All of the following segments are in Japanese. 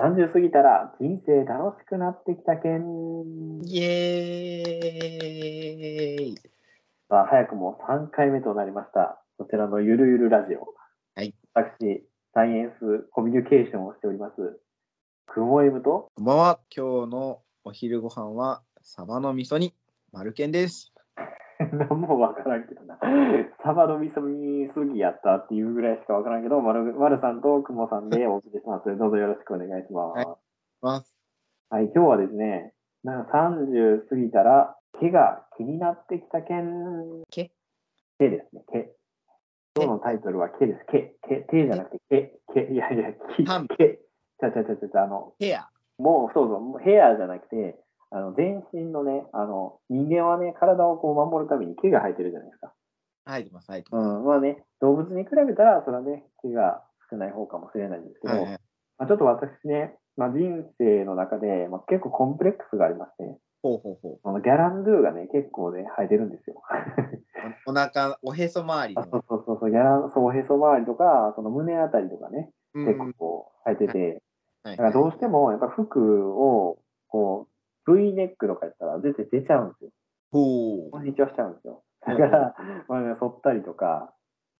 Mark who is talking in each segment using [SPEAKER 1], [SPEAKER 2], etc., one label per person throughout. [SPEAKER 1] 30過ぎたら人生楽しくなってきたけん。
[SPEAKER 2] イエーイ
[SPEAKER 1] まあ、早くも3回目となりました。こちらのゆるゆるラジオ。
[SPEAKER 2] はい。
[SPEAKER 1] 私、サイエンスコミュニケーションをしております。クモエムと、
[SPEAKER 2] こんばんは。今日のお昼ご飯は、サバの味噌煮、マルケンです。
[SPEAKER 1] 何もわからんけどな。サバの味噌煮すぎやったっていうぐらいしかわからんけど、まるまるさんとクモさんでお送りします。どうぞよろしくお願いします。
[SPEAKER 2] はいま
[SPEAKER 1] はい、今日はですね、なんか30過ぎたら毛が気になってきたけん。
[SPEAKER 2] 毛
[SPEAKER 1] 毛ですね、毛。今日のタイトルは毛です。毛、毛、手じゃなくて毛、毛、いやいや、毛、
[SPEAKER 2] タン
[SPEAKER 1] 毛。ちゃちゃちゃちゃちゃ、あの、
[SPEAKER 2] ヘア。
[SPEAKER 1] もうそうそう、もうヘアじゃなくて、あの全身のね、あの人間はね、体をこう守るために毛が生えてるじゃないですか。
[SPEAKER 2] 入ってます、入って
[SPEAKER 1] う
[SPEAKER 2] ま
[SPEAKER 1] ん、まあね、動物に比べたら、それはね、毛が少ない方かもしれないんですけ
[SPEAKER 2] す。
[SPEAKER 1] ど、
[SPEAKER 2] はいはい、
[SPEAKER 1] まあ、ちょっと私ね、まあ、人生の中で、まあ、結構コンプレックスがありまして、
[SPEAKER 2] ほうほうほ
[SPEAKER 1] あのギャランドゥがね、結構ね、生えてるんですよ。
[SPEAKER 2] う。おお腹、おへそ周り
[SPEAKER 1] あそう
[SPEAKER 2] の。
[SPEAKER 1] そうそうそう、ギャラン、そう、おへそ周りとか、その胸あたりとかね、
[SPEAKER 2] うん
[SPEAKER 1] 結構こう生えてて、
[SPEAKER 2] は
[SPEAKER 1] だ
[SPEAKER 2] い
[SPEAKER 1] からどうしても、やっぱ服を、こう、V ネックとかやったら、絶対出ちゃうんですよ。
[SPEAKER 2] ほう。
[SPEAKER 1] 緊張しちゃうんですよ。だから、まあ、剃ったりとか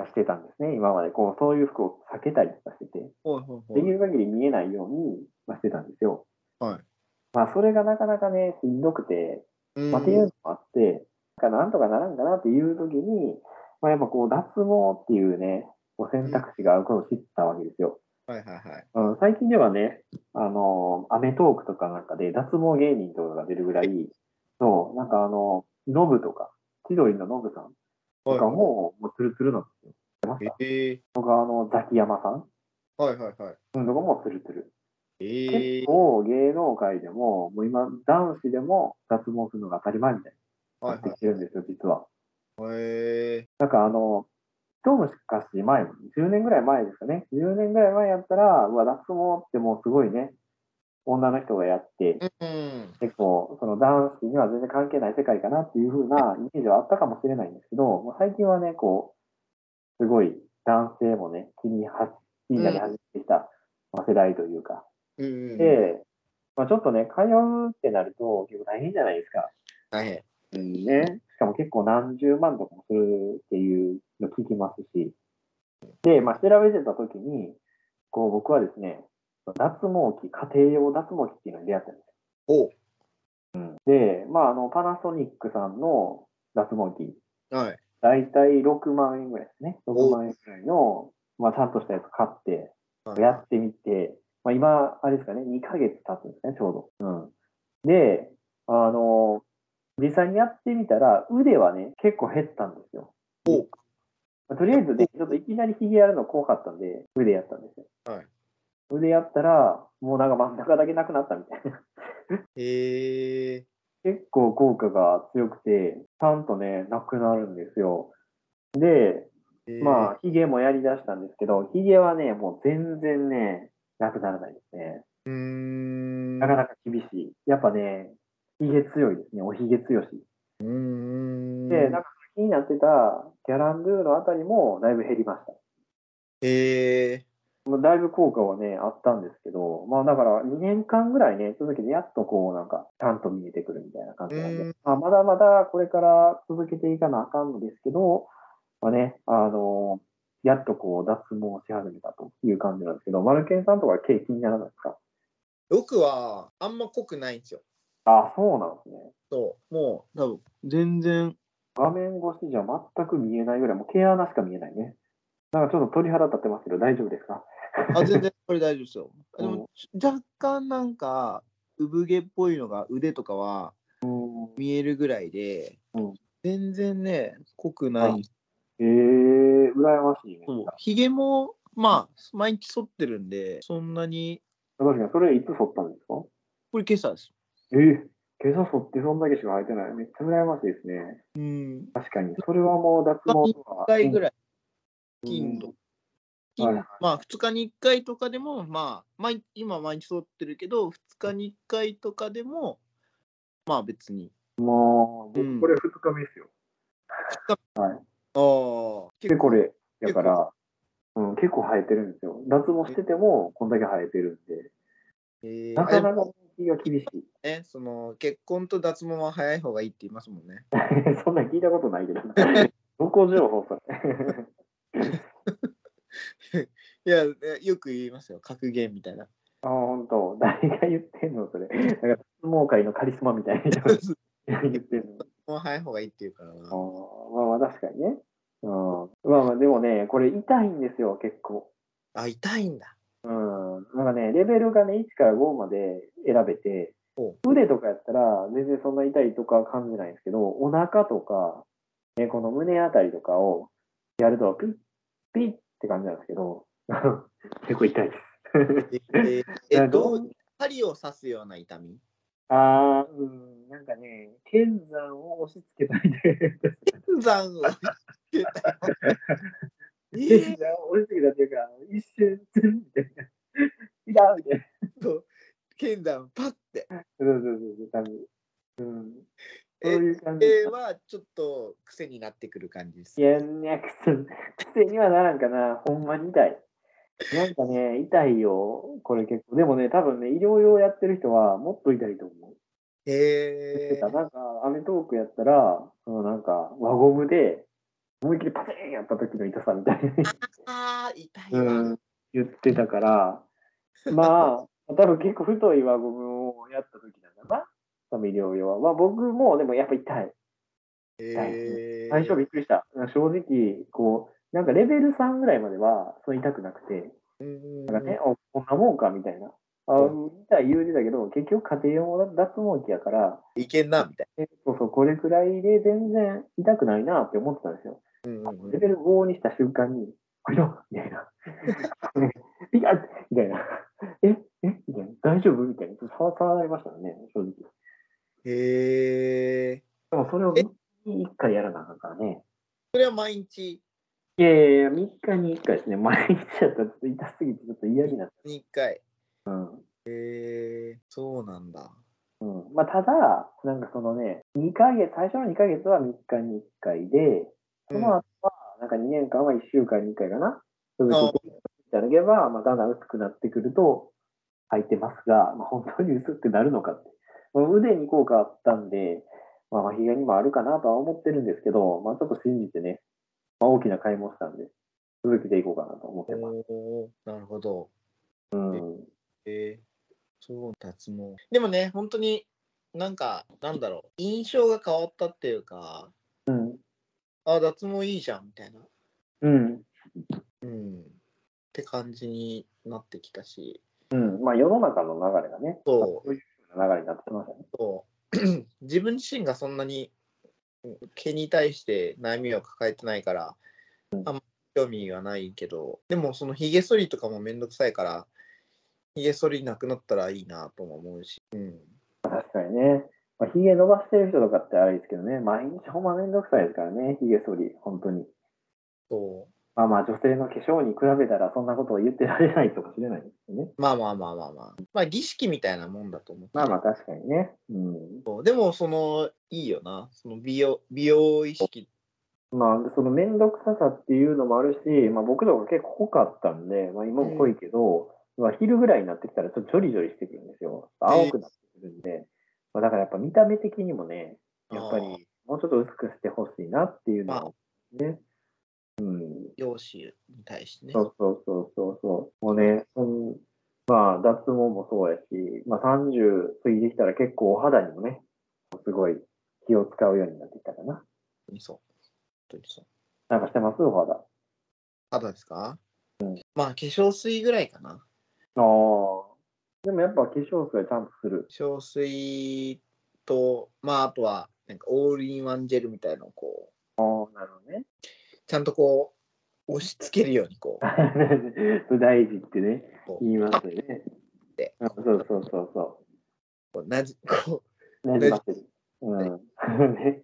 [SPEAKER 1] してたんですね、今まで。こう、そういう服を避けたりとかしてて、
[SPEAKER 2] ほうほうほ
[SPEAKER 1] でき
[SPEAKER 2] う。
[SPEAKER 1] る限り見えないようにまあしてたんですよ。
[SPEAKER 2] はい。
[SPEAKER 1] まあ、それがなかなかね、しんどくて、
[SPEAKER 2] うん
[SPEAKER 1] まあ、っていうのもあって、なんかなんとかならんかなっていう時に、まあ、やっぱこう、脱毛っていうね、こう選択肢があることを知ったわけですよ。
[SPEAKER 2] はいはいはい。
[SPEAKER 1] うん、最近ではね、あの、アメトーークとかなんかで脱毛芸人とかが出るぐらい、そう、なんかあの、ノブとか、千鳥のノブさんとかも、もうツルツルなんですよ。
[SPEAKER 2] え
[SPEAKER 1] 僕はあの、ザキヤマさん
[SPEAKER 2] ー、はいはいはい。
[SPEAKER 1] うんとかもツルツル。
[SPEAKER 2] え
[SPEAKER 1] 結
[SPEAKER 2] ー、
[SPEAKER 1] 構芸能界でも、もう今、男子でも脱毛するのが当たり前みたいにな
[SPEAKER 2] は
[SPEAKER 1] っ
[SPEAKER 2] い
[SPEAKER 1] て
[SPEAKER 2] はい
[SPEAKER 1] き。てるんですよ、実は。
[SPEAKER 2] え
[SPEAKER 1] なんかあの、一昔前、10年ぐらい前ですかね。10年ぐらい前やったら、うわ、脱毛ってもうすごいね、女の人がやって、
[SPEAKER 2] ー、うん。
[SPEAKER 1] 結構、その男子には全然関係ない世界かなっていう風なイメージはあったかもしれないんですけど、もう最近はね、こう、すごい男性もね、気には気になり始めてきた、まあ世代というか。
[SPEAKER 2] うん。
[SPEAKER 1] で、まあ、ちょっとね、通うってなると結構大変じゃないですか。
[SPEAKER 2] 大変。
[SPEAKER 1] うんね。しかも結構何十万とかもするっていうの聞きますし。で、まあ、調べてた時に、こう僕はですね、脱毛器、家庭用脱毛器っていうのに出会ったんです
[SPEAKER 2] おう。
[SPEAKER 1] で、まあ、あのパナソニックさんの脱毛器、
[SPEAKER 2] はい。
[SPEAKER 1] だいたい6万円ぐらいですね。
[SPEAKER 2] お
[SPEAKER 1] 6万円ぐらいの、まあ、ちゃんとしたやつ買って、やってみて、まあ、今、あれですかね、2ヶ月経つんですね、ちょうど。うん、で、あの、実際にやってみたら、腕はね、結構減ったんですよ。
[SPEAKER 2] おう。
[SPEAKER 1] まあとりあえずね、ちょっといきなりひげやるの怖かったんで、腕やったんですよ。
[SPEAKER 2] はい
[SPEAKER 1] 腕やったら、もうなんか真ん中だけなくなったみたいな。
[SPEAKER 2] えー、
[SPEAKER 1] 結構効果が強くて、ちゃんとね、なくなるんですよ。で、
[SPEAKER 2] えー、
[SPEAKER 1] まあ、ヒゲもやりだしたんですけど、ヒゲはね、もう全然ね、なくならないですね。
[SPEAKER 2] うーん。
[SPEAKER 1] なかなか厳しい。やっぱね、ヒゲ強いですね、おヒゲ強し。
[SPEAKER 2] うーん。
[SPEAKER 1] で、なんか気になってたギャランドゥのあたりもだいぶ減りました。
[SPEAKER 2] え
[SPEAKER 1] もうだいぶ効果はね、あったんですけど、まあだから2年間ぐらいね、続けてやっとこうなんか、ちゃんと見えてくるみたいな感じなん
[SPEAKER 2] う
[SPEAKER 1] で
[SPEAKER 2] ん、
[SPEAKER 1] まあ、まだまだこれから続けていかなあかんのですけど、まあね、あのーやっとこう脱毛し始めたという感じなんですけど、マルケンさんとか経気にならないですか
[SPEAKER 2] ー、僕はあんま濃くないんですよ。
[SPEAKER 1] あ、そうなんですね。
[SPEAKER 2] そう、もう、多分全然。
[SPEAKER 1] 画面越しじゃ全く見えないぐらい、もう毛穴しか見えないね。なんかちょっと鳥肌立ってますけど、大丈夫ですか
[SPEAKER 2] あ、全然これ大丈夫ですよ。で
[SPEAKER 1] うん
[SPEAKER 2] も、若干なんか、産毛っぽいのが腕とかは見えるぐらいで、
[SPEAKER 1] うん
[SPEAKER 2] 全然ね、濃くない。
[SPEAKER 1] えー、羨ましいね。
[SPEAKER 2] そう。ひげも、まあ、毎日剃ってるんで、そんなに、
[SPEAKER 1] 確かに、それいつ剃ったんですか
[SPEAKER 2] これ今朝です。
[SPEAKER 1] えー、毛さ剃ってそんだけしか生えてない。めっちゃ羨ましいですね。
[SPEAKER 2] うん。
[SPEAKER 1] 確かに。それはもう脱毛とは。
[SPEAKER 2] 1回ぐ
[SPEAKER 1] い。
[SPEAKER 2] らい、頻度。
[SPEAKER 1] うんはいはい
[SPEAKER 2] まあ2日に1回とかでも、まあ、毎今毎日剃ってるけど、2日に1回とかでも、まあ別に。
[SPEAKER 1] もう、
[SPEAKER 2] うん
[SPEAKER 1] これ2日目ですよ。
[SPEAKER 2] ああ、
[SPEAKER 1] で、
[SPEAKER 2] 結
[SPEAKER 1] こ
[SPEAKER 2] 構
[SPEAKER 1] れ、だから、うん、結構生えてるんですよ。脱毛してても、こんだけ生えてるんで。
[SPEAKER 2] え
[SPEAKER 1] なかなか人が厳しい。
[SPEAKER 2] ね、その結婚と脱毛は早い方がいいって言いますもんね。
[SPEAKER 1] そんなん聞いたことないけどな。 どこ情報それ。
[SPEAKER 2] いや、よく言いますよ、格言みたいな。
[SPEAKER 1] あ、本当誰が言ってんのそれ。なんか、相撲界のカリスマみたいな 人が言ってんの。
[SPEAKER 2] もう早い方がいいって言うから
[SPEAKER 1] あ
[SPEAKER 2] な。
[SPEAKER 1] ーまあまあ、確かにね。うん、まあまあ、でもね、これ痛いんですよ、結構。
[SPEAKER 2] あ、痛いんだ。
[SPEAKER 1] うん、なんかね、レベルがね、1から5まで選べて
[SPEAKER 2] お、
[SPEAKER 1] 腕とかやったら全然そんな痛いとかは感じないんですけど、お腹とか、ね、この胸あたりとかをやると、ピッ、ピッって感じなんですけど、 結構痛いです。
[SPEAKER 2] えーえ、どう針を刺すような痛み
[SPEAKER 1] ああ、うん、なんかね、剣山を押し付けたいね。
[SPEAKER 2] 残を言ってたよ。え
[SPEAKER 1] 剣
[SPEAKER 2] ー
[SPEAKER 1] 山を押し付けたっていうか、一瞬、ズンみたいな。 いたみたいな。
[SPEAKER 2] と、剣山パッて。
[SPEAKER 1] そうそうそうそう、感じ。うん。そう
[SPEAKER 2] え
[SPEAKER 1] いう感じ。
[SPEAKER 2] えはちょっと癖になってくる感じです
[SPEAKER 1] い。や、ね、癖癖にはならんかな。ほんまに痛い。なんかね、痛いよ。これ結構。でもね、多分ね、医療用やってる人はもっと痛いと思う。
[SPEAKER 2] えー、
[SPEAKER 1] なんか、アメトークやったら、そのなんか、輪ゴムで、思いっきりパチンやった時の痛さみたいに。
[SPEAKER 2] あー痛いわ。
[SPEAKER 1] うん、言ってたから、まあ、多分結構太い輪ゴムをやった時なんだな、多分医療用は。まあ僕もでもやっぱ痛い。
[SPEAKER 2] えー、
[SPEAKER 1] 最初びっくりした。正直、こう、なんかレベル3ぐらいまではそれ痛くなくて、
[SPEAKER 2] うん
[SPEAKER 1] なんかね、おこんなもんかみたいな。あ痛い言うてたけど、結局家庭用も脱毛器やから、
[SPEAKER 2] いけんなみたい
[SPEAKER 1] えそうそう、これくらいで全然痛くないなって思ってたんですよ。
[SPEAKER 2] な。うんうんう
[SPEAKER 1] レ
[SPEAKER 2] ん
[SPEAKER 1] ベル5にした瞬間に、あれだみたいな。 ピカッみたいな。ええみたいな。大丈夫みたいな。ちょっと触触られましたね、正直。で
[SPEAKER 2] へえー、
[SPEAKER 1] もそれを
[SPEAKER 2] え
[SPEAKER 1] 3日に1回やらなあかんからね。
[SPEAKER 2] それは毎
[SPEAKER 1] い
[SPEAKER 2] 日
[SPEAKER 1] やいやいや、3日に1回ですね。毎日やったらちょっと痛すぎてちょっと嫌になっ
[SPEAKER 2] に1回。
[SPEAKER 1] た。うん。
[SPEAKER 2] えー、そうなんだ。
[SPEAKER 1] うん、まあただ、なんかそのね、2ヶ月、最初の2ヶ月は3日に1回で、その後は、なんか2年間は1週間に1回かな。続
[SPEAKER 2] あ
[SPEAKER 1] けていただければ、まあ、だんだん薄くなってくると、入ってますが、まあ、本当に薄くなるのかって。まあ、腕に効果あったんで、まあ、まあひげにもあるかなとは思ってるんですけど、まあ、ちょっと信じてね、まあ、大きな買い物したんで、続けていこうかなと思ってます。
[SPEAKER 2] おーなるほど。
[SPEAKER 1] うん。
[SPEAKER 2] えー、そう、脱毛。でもね、本当に、なんか、なんだろう、印象が変わったっていうか、
[SPEAKER 1] うん。
[SPEAKER 2] あ、脱毛いいじゃん、みたいな。
[SPEAKER 1] うん。
[SPEAKER 2] うん。って感じになってきたし、
[SPEAKER 1] うん。まあ、世の中の流れがね、
[SPEAKER 2] そう
[SPEAKER 1] いうふうな流れになってきましたね。
[SPEAKER 2] そう 自分自身がそんなにうん毛に対して悩みを抱えてないから、あんま興味はないけど、でもそのひげ剃りとかもめんどくさいから、ひげ剃りなくなったらいいなとも思うし、うん。
[SPEAKER 1] 確かにね。まあ、ヒゲ伸ばしてる人とかってあれですけどね、毎日ほんまめんどくさいですからね、ヒゲ剃り、本当に。
[SPEAKER 2] そ
[SPEAKER 1] まあまあ、女性の化粧に比べたらそんなことを言ってられないかもしれないですよね。
[SPEAKER 2] う。まあまあまあまあまあ。まあ儀式みたいなもんだと思って。
[SPEAKER 1] まあまあ、確かにね。うん。
[SPEAKER 2] そうでも、その、いいよな。その美容、美容意識。
[SPEAKER 1] まあ、そのめんどくささっていうのもあるし、まあ僕とか結構濃かったんで、まあ今も濃いけど、まあ昼ぐらいになってきたらちょっとジョリジョリしてくるんですよ。青くなってくるんで。まあだからやっぱ見た目的にもね、やっぱ
[SPEAKER 2] あー
[SPEAKER 1] りもうちょっと薄くしてほしいなっていうの
[SPEAKER 2] ま
[SPEAKER 1] はね。うん。
[SPEAKER 2] 容姿に対してね。
[SPEAKER 1] そうそうそうそうそう。もうね、うん、まあ脱毛もそうやし、まあ30過ぎてきたら結構お肌にもね、すごい気を使うようになってきたかな。
[SPEAKER 2] 本当にそう。本当にそう。
[SPEAKER 1] なんかしてますお肌。あ
[SPEAKER 2] 肌ですか、まあ、化粧水ぐらいかな。
[SPEAKER 1] あ。でもやっぱ化粧水はちゃんとす る。
[SPEAKER 2] 小水と、まあ、あとは、なんか、オールインワンジェルみたいのをこ
[SPEAKER 1] ああ、なるほどね。
[SPEAKER 2] う、ちゃんとこう、押し付けるようにこう、
[SPEAKER 1] それ大事ってね、
[SPEAKER 2] こう
[SPEAKER 1] 言いますよね。
[SPEAKER 2] で
[SPEAKER 1] うんそうそうそうそ
[SPEAKER 2] こうなじ、 こ
[SPEAKER 1] う。なじまってる。うん。 ね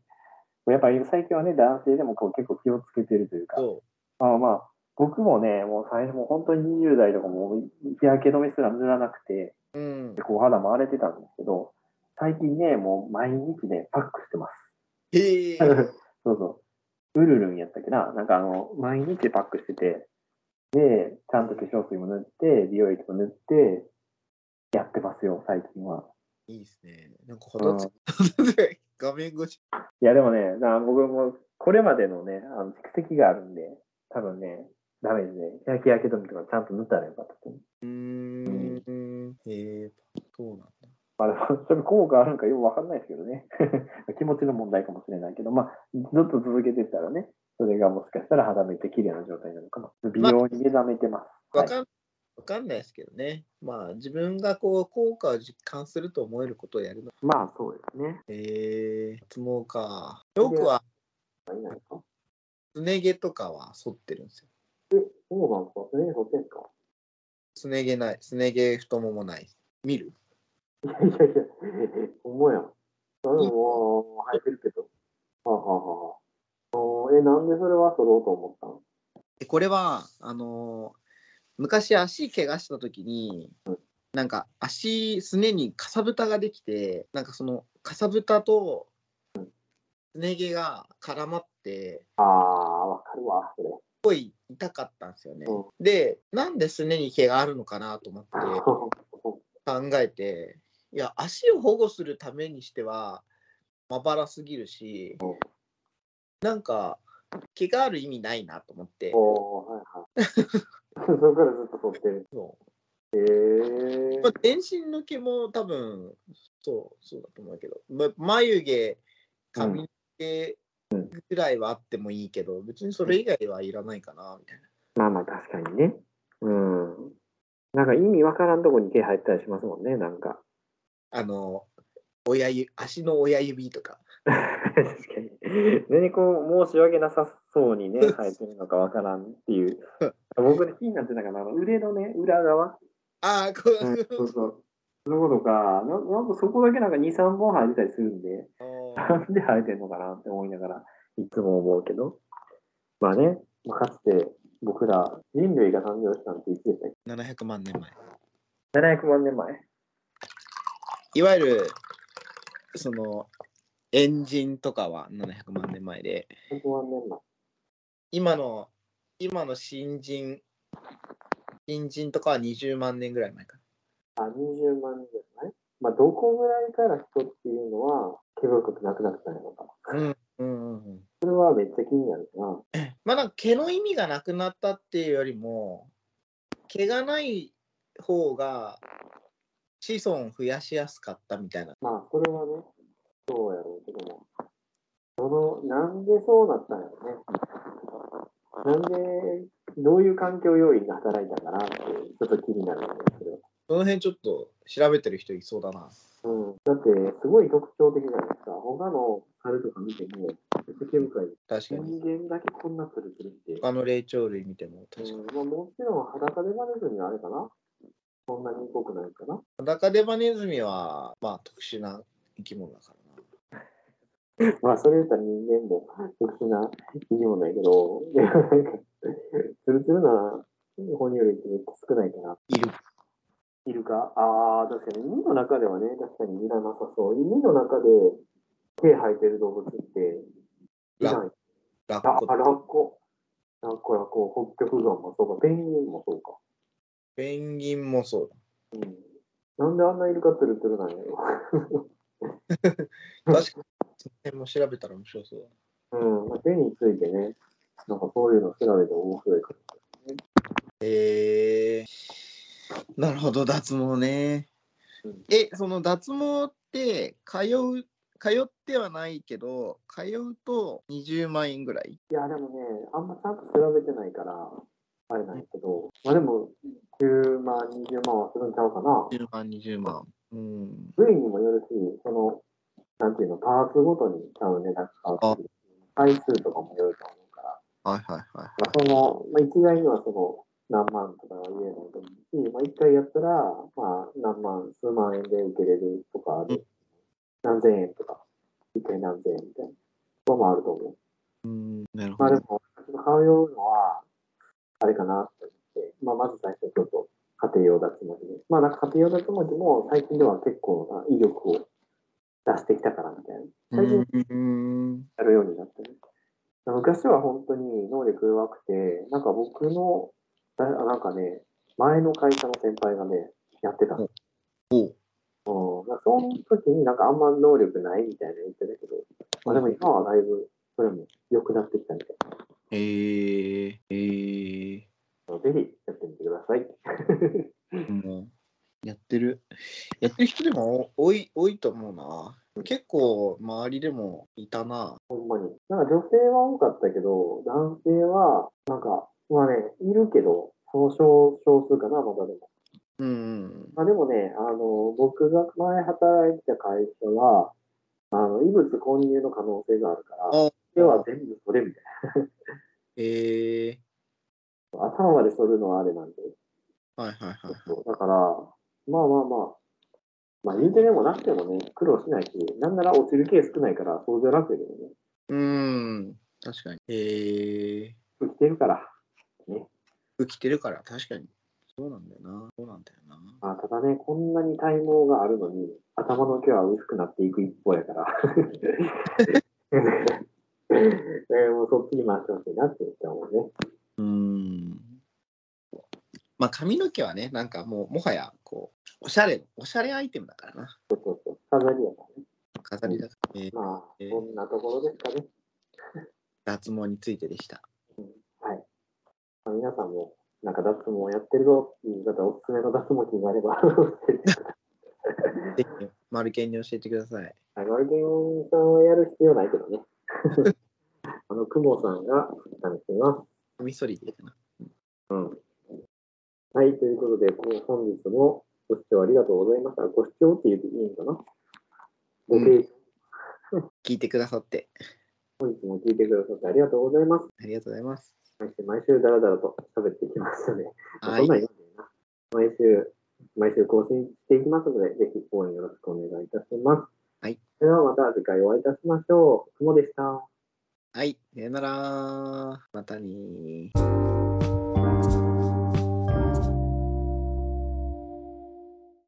[SPEAKER 1] やっぱり最近はね、男性でもこう結構気をつけてるという
[SPEAKER 2] う、
[SPEAKER 1] か、
[SPEAKER 2] そ
[SPEAKER 1] あまあ、僕もね、もう最初もう本当に20代とかもう日焼け止めすら塗らなくて、
[SPEAKER 2] う、うん。
[SPEAKER 1] 結構お肌も荒れてたんですけど、最近ね、もう毎日ね、パックしてます。
[SPEAKER 2] へえ、
[SPEAKER 1] そうそう。ウルルンやったっけななんかあの、毎日パックしてて、で、ちゃんと化粧水も塗って、美容液も塗って、やってますよ、最近は。
[SPEAKER 2] いいですね。なんか程近い画面越し。
[SPEAKER 1] いや、でもね、だから僕もこれまでのね、あの蓄積があるんで、多分ね、ダメージで、焼き焼け止めとかちゃんと塗ったらよかったと思う。
[SPEAKER 2] うーん。へえ、そうなんだ。
[SPEAKER 1] まあでも、 それ効果あるんかよくわかんないですけどね。 気持ちの問題かもしれないけど、まあ、ずっと続けてたらね、それがもしかしたら肌めっちゃ綺麗な状態なのかも。美容に目覚めてます。
[SPEAKER 2] わ
[SPEAKER 1] はい
[SPEAKER 2] かんわかんないですけどね。まあ、自分がこう効果を実感すると思えることをやるの。
[SPEAKER 1] まあ、そうですね。
[SPEAKER 2] へえ、脱毛か。よくは、
[SPEAKER 1] いないか。
[SPEAKER 2] すね毛とかは剃ってるんですよ。
[SPEAKER 1] そうなんですか。それに補填か。
[SPEAKER 2] すね毛ない。すね毛太ももない。見る
[SPEAKER 1] いやいや、ほんまやん。あでも、生えてるけど。はあ、はあはあ、おえ、なんでそれは取ろうと思ったの
[SPEAKER 2] でこれはあのー昔足怪我した時に、なんか足すねにかさぶたができてなんかそのかさぶたとすね毛が絡まって
[SPEAKER 1] ああ、わかるわ、それ。
[SPEAKER 2] 痛かったんですよね
[SPEAKER 1] うん。
[SPEAKER 2] でなんですねに毛があるのかなと思って考えていや足を保護するためにしてはまばらすぎるしなんか毛がある意味ないなと思って
[SPEAKER 1] おー、はいはい。 そこからずっと取ってる。
[SPEAKER 2] そう
[SPEAKER 1] へえ
[SPEAKER 2] まあ、全身の毛も多分そうそうだと思うけど、ま、眉毛髪の毛ぐらいはあってもいいけど、別にそれ以外はいらないかなみたいな
[SPEAKER 1] まあまあ、確かにね。うん。なんか意味わからんとこに毛入ったりしますもんね、なんか。
[SPEAKER 2] あの親指足の親指とか
[SPEAKER 1] 確かに。何こう、申し訳なさそうにね、生えてるのかわからんっていう。僕ね、気になってたから、あの腕のね、裏側。
[SPEAKER 2] ああこ
[SPEAKER 1] うんそう
[SPEAKER 2] う
[SPEAKER 1] そう。そのことか、ななんかそこだけなんか2、3本生えてたりするんで、
[SPEAKER 2] あ
[SPEAKER 1] なんで生えてんのかなって思いながら、いつも思うけど。まあね、まあかつて僕ら人類が誕生したのっていつでしたっ
[SPEAKER 2] ー700万年前
[SPEAKER 1] け ?700 万年前。
[SPEAKER 2] いわゆるそのエンジンとかは700万年前で
[SPEAKER 1] 700万年前。
[SPEAKER 2] 今の今の新人新人とかは20万年ぐらい前か
[SPEAKER 1] あ、20万年前。まあ、どこぐらいから人っていうのは、毛深くなくなったのかな。
[SPEAKER 2] なうんうんうんうん
[SPEAKER 1] それはめっちゃ気になるな。
[SPEAKER 2] まあなんか毛の意味がなくなったっていうよりも毛がない方が子孫を増やしやすかったみたいな
[SPEAKER 1] まあ、それはね、そうやろうけども。その、なんでそうなったんやろね。なんで、どういう環境要因が働いたかなって、ちょっと気になるよね、それは。
[SPEAKER 2] その辺ちょっと調べてる人いそうだな
[SPEAKER 1] うん。だって、すごい特徴的じゃないですか。他の猿とか見ても、めっちゃ毛深い。
[SPEAKER 2] 確かに
[SPEAKER 1] 人間だけこんなツルツルって。
[SPEAKER 2] 他の霊長類見ても確かに
[SPEAKER 1] うんまあ、もちろん裸でバレずにあれかな。そんなに濃くないかな。
[SPEAKER 2] 裸デバネズミはまあ特殊な生き物だからな
[SPEAKER 1] まあ、それ言ったら人間も特殊な生き物だけど、 でもなんか、ツルツルな哺乳類ってめっちゃ少ないから。
[SPEAKER 2] いる
[SPEAKER 1] イルカ、ああ、確かに、海の中ではね、確かにいらなさそう。海の中で毛生えてる動物って、いない
[SPEAKER 2] ラ。ラ
[SPEAKER 1] あ
[SPEAKER 2] ッ、コ
[SPEAKER 1] あラッコ。ラッコ、ラッコ、北極熊もそうか、ペンギンもそうか。
[SPEAKER 2] ペンギンもそう
[SPEAKER 1] なんであんなイルカツルツルなんやろ。
[SPEAKER 2] だ確かにその辺も調べたら面白そうだ
[SPEAKER 1] うん、まあ手についてね、なんかそういうの調べても面白いか
[SPEAKER 2] えー、なるほど脱毛ね
[SPEAKER 1] うん。
[SPEAKER 2] えその脱毛って通う通ってはないけど通うと20万円ぐらい
[SPEAKER 1] ら。いや、でもね、あんまちゃんと調べてないから、あれないけど、まあでも、10万、20万はするんちゃうかな。
[SPEAKER 2] 10万20万うん
[SPEAKER 1] 部位にもよるし、その、なんていうの、パーツごとにちゃう値段変わってくる回数とかもよると思うから、
[SPEAKER 2] はいはいはい
[SPEAKER 1] まあ、その、まあ、一概にはその、何万とかは言えないと思うし、まあ、一回やったら、まあ、何万、数万円で受けれるとかある。何千円とか、一回何千円みたいな。こともあると思う。
[SPEAKER 2] うんなる
[SPEAKER 1] ま
[SPEAKER 2] ほ
[SPEAKER 1] あ
[SPEAKER 2] ど
[SPEAKER 1] でも、ちょっと買うのは、あれかなって思って、まあまず最初ちょっと家庭用脱毛器で。まあなんか家庭用脱毛器も最近では結構な威力を出してきたからみたいな。最近
[SPEAKER 2] うん
[SPEAKER 1] やるようになってる。昔は本当に能力弱くて、なんか僕の、だなんかね、前の会社の先輩がね、やってた。
[SPEAKER 2] うん
[SPEAKER 1] うんまあ、その時になんかあんま能力ないみたいな言ってたけど、まあ、でも今はだいぶそれも良くなってきたみたい
[SPEAKER 2] えー、えー、
[SPEAKER 1] なので、ぜひやってみてください。
[SPEAKER 2] もうやってる。やってる人でも多い多いと思うな。結構周りでもいたな。
[SPEAKER 1] ほんまに。なんか女性は多かったけど、男性はなんか、まあね、いるけど、その少少数かな、まだでも。
[SPEAKER 2] うん。
[SPEAKER 1] まあ、でもね、あの、僕が前働いてた会社は、あの、異物混入の可能性があるから、
[SPEAKER 2] あ
[SPEAKER 1] 手は全部それみたい
[SPEAKER 2] え
[SPEAKER 1] な。頭まで剃るのはあれなんで。
[SPEAKER 2] ー、はいはいはいはい。
[SPEAKER 1] そうだから、まあまあまあ、まあ言うてでもなくてもね、苦労しないし、なんなら落ちる系少ないから、そうじゃなくてもね、
[SPEAKER 2] うん。確かに。え
[SPEAKER 1] 服着てるから。ね。
[SPEAKER 2] ー、着てるから確かに。そうなんだよな。そうなんだよな。
[SPEAKER 1] まあ、ただね、こんなに体毛があるのに、頭の毛は薄くなっていく一方やから。 えーもうそっちに回してほしいなって言って思うね。
[SPEAKER 2] うん。まあ髪の毛はね、なんかもうもはやこう、おしゃれ、おしゃれアイテムだからな。
[SPEAKER 1] そうそうそう。飾りやからね。
[SPEAKER 2] 飾りだから、えー
[SPEAKER 1] まあ、
[SPEAKER 2] えー
[SPEAKER 1] こんなところですかね。
[SPEAKER 2] 脱毛についてでした。
[SPEAKER 1] はい。まあ、皆さんも、なんか脱毛やってるぞっていう方、おすすめの脱毛器があ れば、教えてください。
[SPEAKER 2] ぜひ、マルケンに教えてください。
[SPEAKER 1] あのアルゲンさんはやる必要ないけど ね。あの、クモさんが試してみます。
[SPEAKER 2] カミソリでいいかな。
[SPEAKER 1] はい、ということで、この本日もご視聴ありがとうございました。ご視聴って言っていいんかなご
[SPEAKER 2] うん
[SPEAKER 1] 提供
[SPEAKER 2] 聞いてくださって
[SPEAKER 1] 本日も聞いてくださってありがとうございます。
[SPEAKER 2] ありがとうございます。
[SPEAKER 1] 毎週毎週ダラダラと喋っていきましたね。
[SPEAKER 2] はい
[SPEAKER 1] そんなん言わんでいいな毎週、毎週更新していきますので、ぜひ応援よろしくお願いいたします。
[SPEAKER 2] はい。
[SPEAKER 1] ではまた次回お会いいたしましょう。クモでした。
[SPEAKER 2] はい、さよなら。またねー。